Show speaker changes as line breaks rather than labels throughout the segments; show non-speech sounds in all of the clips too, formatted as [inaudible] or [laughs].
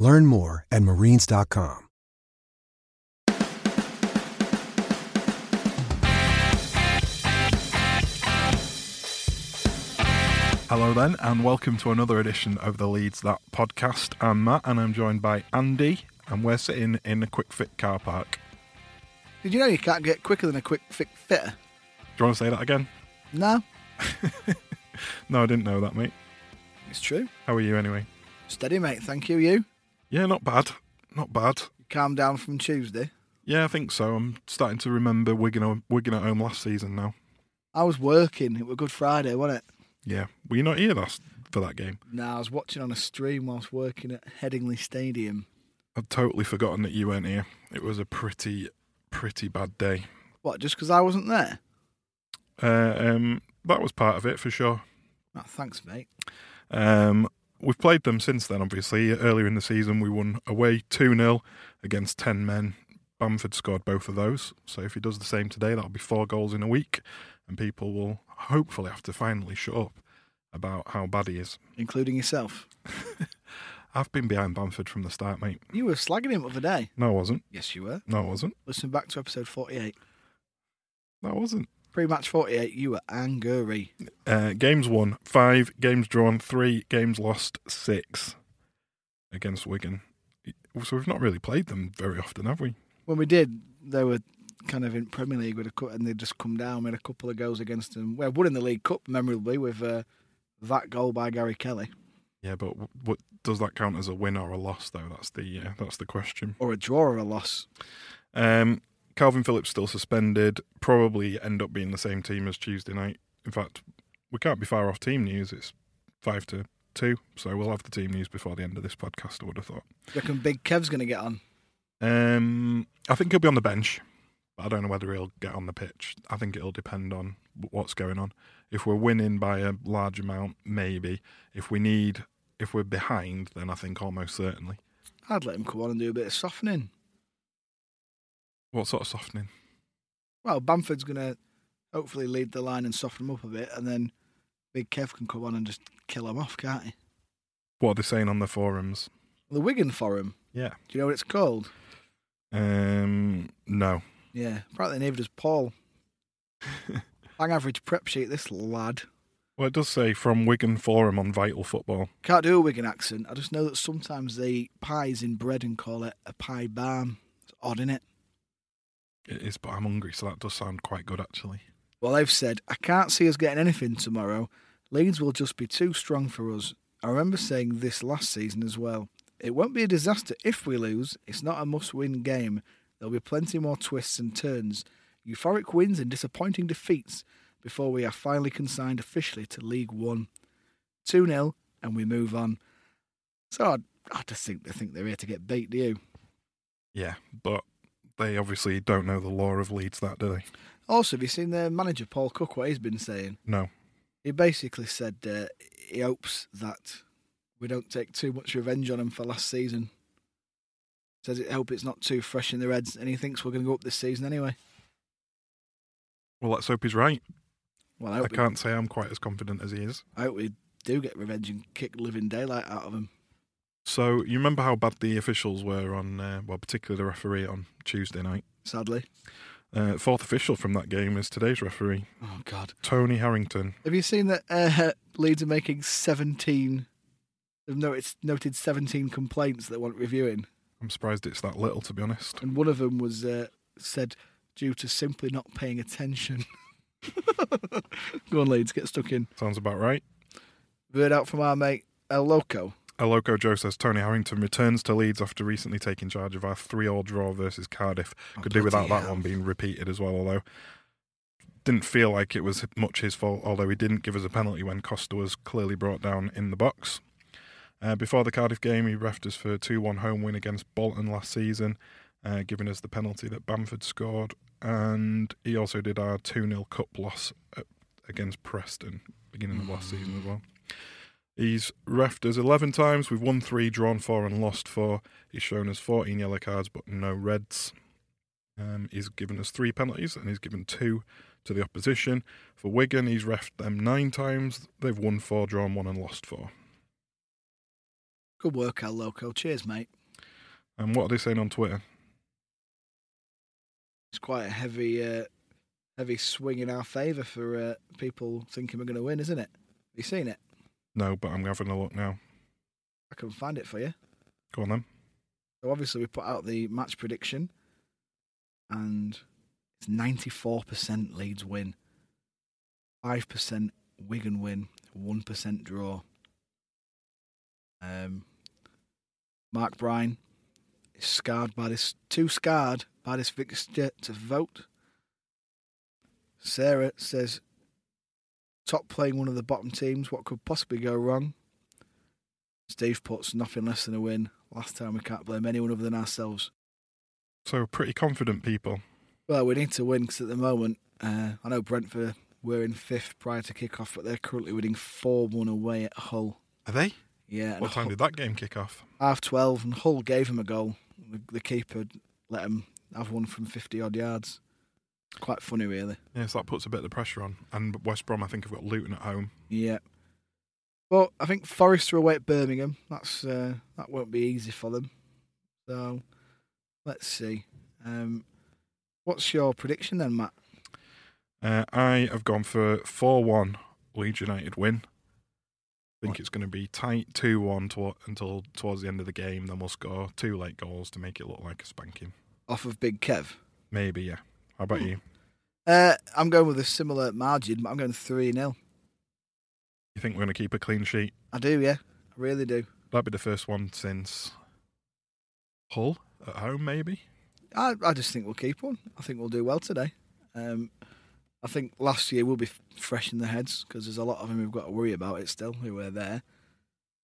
Learn more at marines.com.
Hello, then, and welcome to another edition of the Leeds That podcast. I'm Matt, and I'm joined by Andy, and we're sitting in a quick fit car park.
Did you know you can't get quicker than a quick fit fitter?
Do you want to say that again?
No,
No, I didn't know that, mate.
it's true.
How are you anyway?
Steady, mate. Thank you. You
Yeah, not bad. Not bad.
calm down from Tuesday.
Yeah, I think so. I'm starting to remember Wigan, o- Wigan at home last season now.
I was working. It was Good Friday, wasn't it?
Yeah. Were you not here last for that game?
No, I was watching on a stream whilst working at Headingley Stadium.
I'd totally forgotten that you weren't here. It was a pretty, pretty bad day.
What? Just because I wasn't there?
Uh, um, that was part of it for sure.
Oh, thanks, mate.
Um, we've played them since then, obviously. Earlier in the season, we won away 2 0 against 10 men. Bamford scored both of those. So if he does the same today, that'll be four goals in a week. And people will hopefully have to finally shut up about how bad he is.
Including yourself.
I've been behind Bamford from the start, mate.
You were slagging him the other day.
No, I wasn't.
Yes, you were.
No, I wasn't.
Listen back to episode 48.
No, I wasn't.
Pre-match 48, you were angry.
Uh, games won five, games drawn three, games lost six against Wigan. So we've not really played them very often, have we?
When we did, they were kind of in Premier League with a cut, and they just come down, made a couple of goals against them. We won in the League Cup memorably with uh, that goal by Gary Kelly,
Yeah, but w- what does that count as a win or a loss? Though that's the uh, that's the question.
or a draw or a loss.
Um, Calvin Phillips still suspended. Probably end up being the same team as Tuesday night. In fact, we can't be far off team news. It's five to two, so we'll have the team news before the end of this podcast. I would have thought.
Do you reckon Big Kev's going to get on?
Um, I think he'll be on the bench, but I don't know whether he'll get on the pitch. I think it'll depend on w- what's going on. If we're winning by a large amount, maybe. If we need, if we're behind, then I think almost certainly.
I'd let him come on and do a bit of softening.
What sort of softening?
Well, Bamford's going to hopefully lead the line and soften him up a bit, and then Big Kev can come on and just kill him off, can't he?
what are they saying on the forums?
The Wigan Forum.
Yeah.
Do you know what it's called?
Um. No.
Yeah, apparently named as Paul. Bang average prep sheet, this lad.
Well, it does say from Wigan Forum on Vital Football.
Can't do a Wigan accent. I just know that sometimes they eat pies in bread and call it a pie barm. It's odd, is it?
It is, but I'm hungry, so that does sound quite good actually.
Well, they've said, I can't see us getting anything tomorrow. Leeds will just be too strong for us. I remember saying this last season as well. It won't be a disaster if we lose. It's not a must win game. There'll be plenty more twists and turns, euphoric wins and disappointing defeats before we are finally consigned officially to League One. 2 0, and we move on. So I, I just think they think they're here to get beat, do you?
Yeah, but they obviously don't know the law of Leeds, that do they?
Also, have you seen their manager, Paul Cook, what he's been saying?
No.
he basically said uh, he hopes that we don't take too much revenge on him for last season. Says it hope it's not too fresh in their heads, and he thinks we're going to go up this season anyway.
Well, let's hope he's right.
Well, I
I
hope, we,
can't say I'm quite as confident as he is.
I hope we do get revenge and kick living daylight out of him.
So you remember how bad the officials were on, uh, well, particularly the referee on Tuesday night.
Sadly,
Uh, fourth official from that game is today's referee,
oh god,
Tony Harrington.
have you seen that uh, [laughs] Leeds are making seventeen? They've noted, noted seventeen complaints that want reviewing,
I'm surprised it's that little, to be honest.
and one of them was uh, said due to simply not paying attention. [laughs] Go on, Leeds, get stuck in.
Sounds about right.
Word out from our mate El Loco.
El Loco Joe says Tony Harrington returns to Leeds after recently taking charge of our 3 all draw versus Cardiff. Could do without
Oh, bloody
that
hell.
one being repeated as well, although didn't feel like it was much his fault, although he didn't give us a penalty when Costa was clearly brought down in the box. Uh, before the Cardiff game, he refed us for a 2 1 home win against Bolton last season, uh, giving us the penalty that Bamford scored. And he also did our 2 0 cup loss at, against Preston, beginning of last
Mm.
season as well. He's refed us 11 times. We've won three, drawn four, and lost four. He's shown us 14 yellow cards, but no reds. Um, he's given us three penalties, and he's given two to the opposition. For Wigan, he's refed them nine times. They've won four, drawn one, and lost four.
Good work, El Loco. Cheers, mate.
And what are they saying on Twitter?
It's quite a heavy, uh, heavy swing in our favour for uh, people thinking we're going to win, isn't it? Have you seen it?
No, but I'm having a look now.
I can find it for you.
Go on then.
So obviously we put out the match prediction, and it's ninety four percent Leeds win, five percent Wigan win, one percent draw. Um, Mark Bryan is scarred by this, too scarred by this fixture to vote. Sarah says, "Top playing one of the bottom teams. What could possibly go wrong?" Steve puts nothing less than a win. Last time we can't blame anyone other than ourselves.
So, pretty confident people.
Well, we need to win because at the moment, uh, I know Brentford were in fifth prior to kick off, but they're currently winning 4 1 away at Hull.
Are they?
Yeah, and
What time
Hull-
did that game kick off?
half 12, and Hull gave him a goal. The, the keeper let him have one from 50 odd yards. Quite funny, really.
Yes, that puts a bit of the pressure on. And West Brom, I think, have got Luton at home.
Yeah. But I think Forest are away at Birmingham. That's uh, that won't be easy for them. So let's see. Um, what's your prediction then, Matt?
Uh, I have gone for 4 1 Leeds United win. I think
Right.
it's going to be tight 2 1 to- until towards the end of the game. Then we'll score two late goals to make it look like a spanking.
Off of Big Kev.
Maybe, yeah. How about
Hmm.
you?
Uh, I'm going with a similar margin, but I'm going 3 0.
You think we're going to keep a clean sheet?
I do, yeah. I really do.
That'd be the first one since Hull at home, maybe?
I, I just think we'll keep one. I think we'll do well today. Um, I think last year we'll be f- fresh in the heads because there's a lot of them we've got to worry about it still who are there.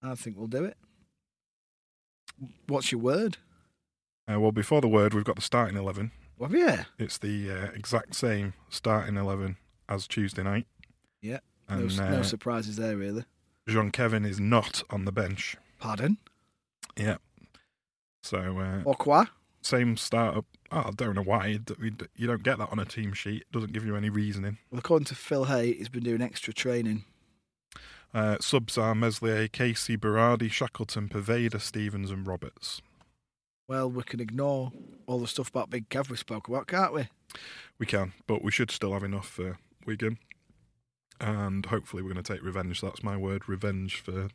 I think we'll do it. What's your word?
Uh, well, before the word, we've got the starting 11.
Well, yeah.
It's the uh, exact same starting 11 as Tuesday night.
Yeah. No,
And
s-
uh,
no surprises there, really.
Jean Kevin is not on the bench.
Pardon?
Yeah. So uh,
Au quoi?
same startup. Oh, I don't know why you d- you d- you don't get that on a team sheet. It doesn't give you any reasoning.
Well, according to Phil Hay, he's been doing extra training.
Uh, subs are Meslier, Casey, Berardi, Shackleton, Pervader, Stevens, and Roberts.
Well, we can ignore all the stuff about Big Kev we spoke about, can't we?
We can, but we should still have enough for Wigan. And hopefully, we're going to take revenge. That's my word, revenge for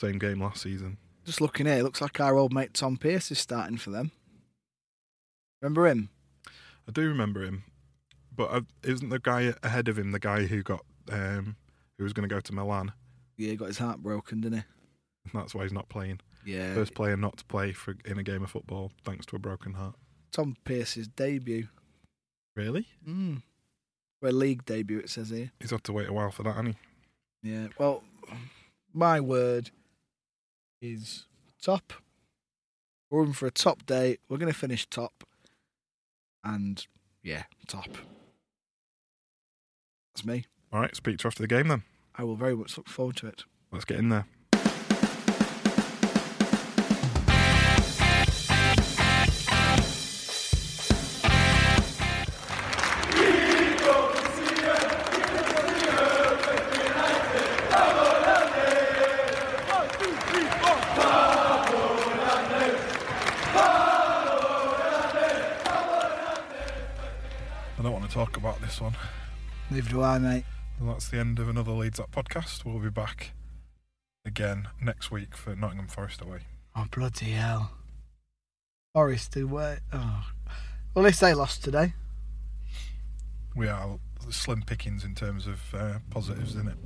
same game last season.
Just looking here, it looks like our old mate Tom Pierce is starting for them. Remember him?
I do remember him, but uh, isn't the guy ahead of him the guy who got um, who was going to go to Milan?
Yeah, he got his heart broken, didn't
And that's why he's not playing.
he? Yeah.
First player not to play for in a game of football thanks to a broken heart.
Tom Pierce's debut.
Really?
Mm. Well, league debut, it says here.
He's had to wait a while for that, hasn't he?
Yeah. Well, my word is top. We're in for a top day. We're going to finish top. And yeah, top. That's me.
All right, speak to you after the game then.
I will very much look forward to it.
Let's get in there. I don't want to talk about this one.
Neither do I, mate.
And that's the end of another Leeds Up podcast. We'll be back again next week for Nottingham Forest away.
Oh, bloody hell. Forest away. Oh. Well, at least they lost today.
we are slim pickings in terms of uh, positives, isn't it?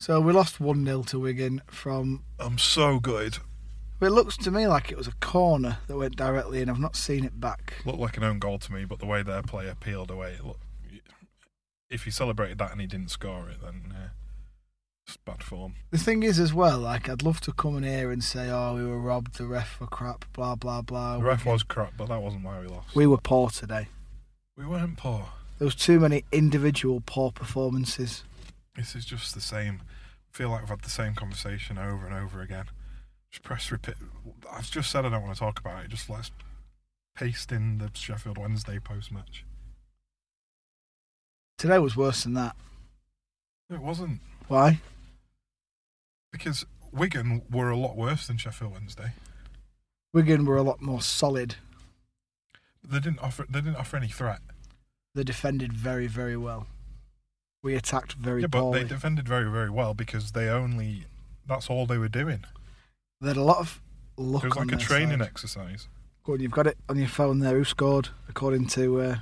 So we lost 1 0 to Wigan from.
I'm so good.
It looks to me like it was a corner that went directly in. I've not seen it back.
Looked like an own goal to me, but the way their player peeled away, it looked, if he celebrated that and he didn't score it, then uh, it's bad form.
The thing is, as well, like I'd love to come in here and say, "Oh, we were robbed. The ref were crap. Blah blah blah."
The ref
Wigan-
was crap, but that wasn't why we lost.
We were poor today.
we weren't poor.
There was too many individual poor performances.
This is just the same. I feel like we've had the same conversation over and over again. Just press repeat. I've just said I don't want to talk about it. Just let's paste in the Sheffield Wednesday post match.
Today was worse than that.
It wasn't
Why?
because Wigan were a lot worse than Sheffield Wednesday.
Wigan were a lot more solid.
They didn't offer. They didn't offer any threat.
They defended very, very well. We attacked very
yeah, but
poorly.
they defended very, very well because they only. That's all they were doing.
They had a lot of luck.
it was
on
like a
their
training
side.
exercise.
Go on, you've got it on your phone there. Who scored? According to uh,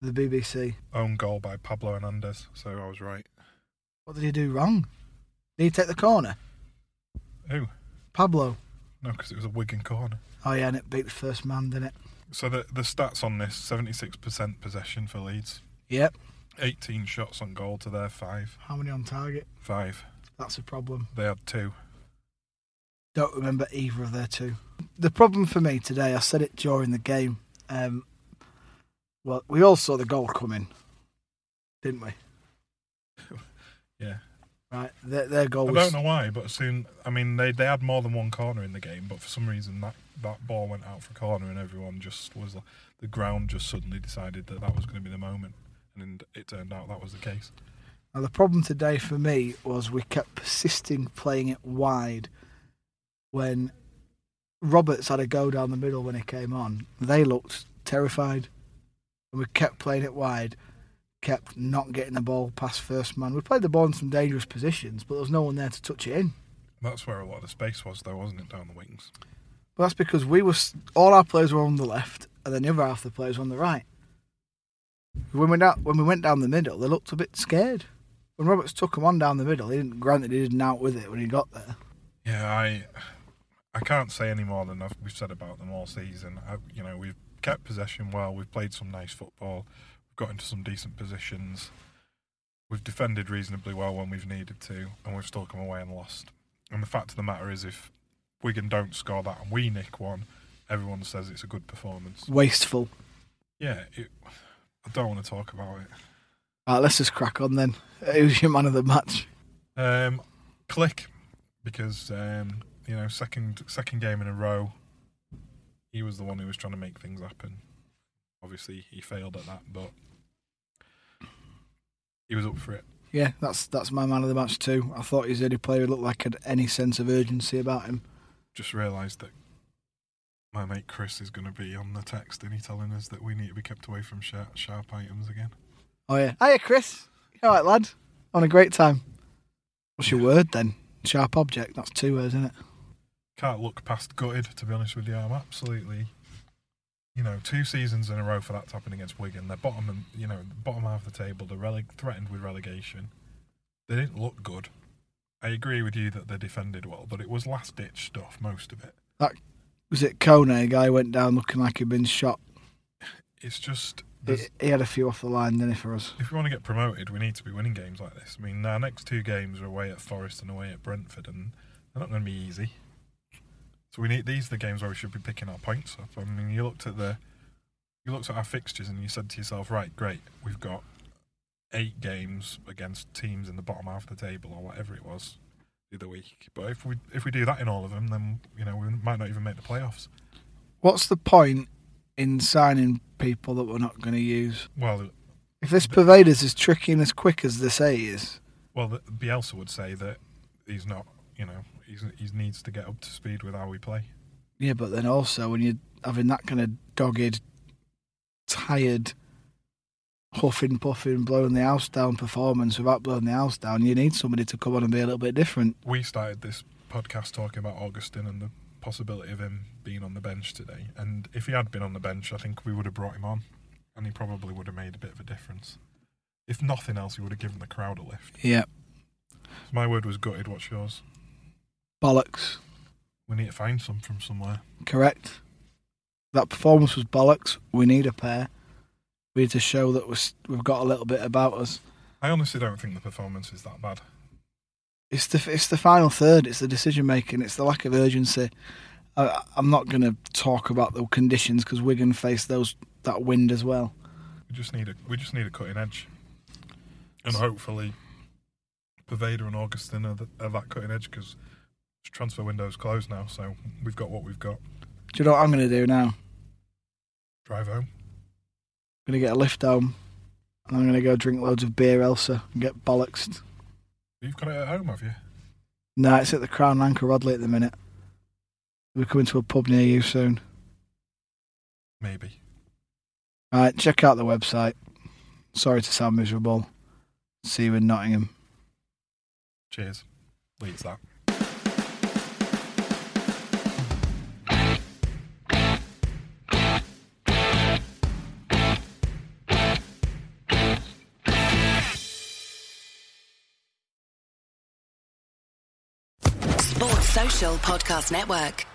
the BBC,
Own goal by Pablo Hernandez. So I was right.
what did he do wrong? Did he take the corner?
Who?
Pablo.
No, because it was a Wigan corner.
Oh yeah, and it beat the first man, didn't it?
So the the stats on this: seventy six percent possession for Leeds,
Yep.
eighteen shots on goal to their five.
How many on target?
Five.
That's a problem.
They had two.
Don't remember either of their two. The problem for me today, I said it during the game. Um, well, we all saw the goal coming, didn't we?
Yeah.
Right, their, their goal
I
was
don't know why, but soon. I mean, they they had more than one corner in the game, but for some reason that that ball went out for corner, and everyone just was like, the ground just suddenly decided that that was going to be the moment, and it turned out that was the case.
Now, the problem today for me was we kept persisting playing it wide when Roberts had a go down the middle when he came on. They looked terrified. And we kept playing it wide, kept not getting the ball past first man. We played the ball in some dangerous positions, but there was no one there to touch it in.
That's where a lot of the space was, though, wasn't it, down the wings?
But that's because we were s- all our players were on the left, and then the other half of the players were on the right. When we out, when we went down the middle, they looked a bit scared. When Roberts took him on down the middle, he didn't. Granted, he didn't out with it when he got there.
Yeah, I I can't say any more than I've, we've said about them all season. I, you know, we've kept possession well. We've played some nice football. We've got into some decent positions. We've defended reasonably well when we've needed to, and we've still come away and lost. And the fact of the matter is, if Wigan don't score that and we nick one, everyone says it's a good performance.
Wasteful.
Yeah, it, I don't want to talk about it.
All right, let's just crack on then. [laughs] Who's your man of the match?
Um, click because um, you know second second game in a row, he was the one who was trying to make things happen. Obviously, he failed at that, but he was up for it.
Yeah, that's that's my man of the match too. I thought he's the only player who looked like had any sense of urgency about him.
Just realised that my mate Chris is going to be on the text, and he telling us that we need to be kept away from sharp, sharp items again.
Oh yeah, hiya Chris. You All right, lad. On a great time. What's your word then? Sharp object. That's two words, isn't it?
Can't look past gutted, to be honest with you. I'm absolutely, you know, two seasons in a row for that to happen against Wigan. They're bottom, and you know, bottom half of the table. They're rele- threatened with relegation. They didn't look good. I agree with you that they defended well, but it was last ditch stuff, most of it.
That was it. Kone, a guy went down looking like he'd been shot.
It's just,
He,
there's-
he had a few off the line, didn't he, for us?
if we want to get promoted, we need to be winning games like this. I mean, our next two games are away at Forest and away at Brentford, and they're not going to be easy. So we need these are the games where we should be picking our points up. I mean, you looked at the you looked at our fixtures and you said to yourself, right, great, we've got eight games against teams in the bottom half of the table or whatever it was the other week. But if we if we do that in all of them, then you know we might not even make the playoffs.
What's the point in signing people that we're not going to use?
Well,
If this Pervaders is tricky and as quick as they say he is,
Well, the- Bielsa would say that he's not, you know, he's, he needs to get up to speed with how we play.
yeah, but then also when you're having that kind of dogged, tired, huffing, puffing, blowing the house down performance without blowing the house down, you need somebody to come on and be a little bit different.
We started this podcast talking about Augustin and the possibility of him being on the bench today. And if he had been on the bench, I think we would have brought him on. and he probably would have made a bit of a difference. If nothing else, he would have given the crowd a lift.
Yeah.
My word was gutted. What's yours?
Bollocks.
We need to find some from somewhere.
Correct. That performance was bollocks. We need a pair. We need to show that we're, s- we've got a little bit about us.
I honestly don't think the performance is that bad.
It's the it's the final third. It's the decision making. It's the lack of urgency. I, I'm not going to talk about the conditions because Wigan faced those that wind as well.
We just need a we just need a cutting edge, and hopefully, Pervader and Augustine are, th are that cutting edge because transfer window's closed now, so we've got what we've got.
Do you know what I'm going to do now?
Drive home.
I'm going to get a lift home, and I'm going to go drink loads of beer, Elsa, and get bollocksed.
You've got it at home, have you?
No, it's at the Crown and Anchor Rodley at the minute. We're coming to a pub near you soon.
Maybe.
All right, check out the website. Sorry to sound miserable. See you in Nottingham.
Cheers. Leads that.
Sports Social Podcast Network.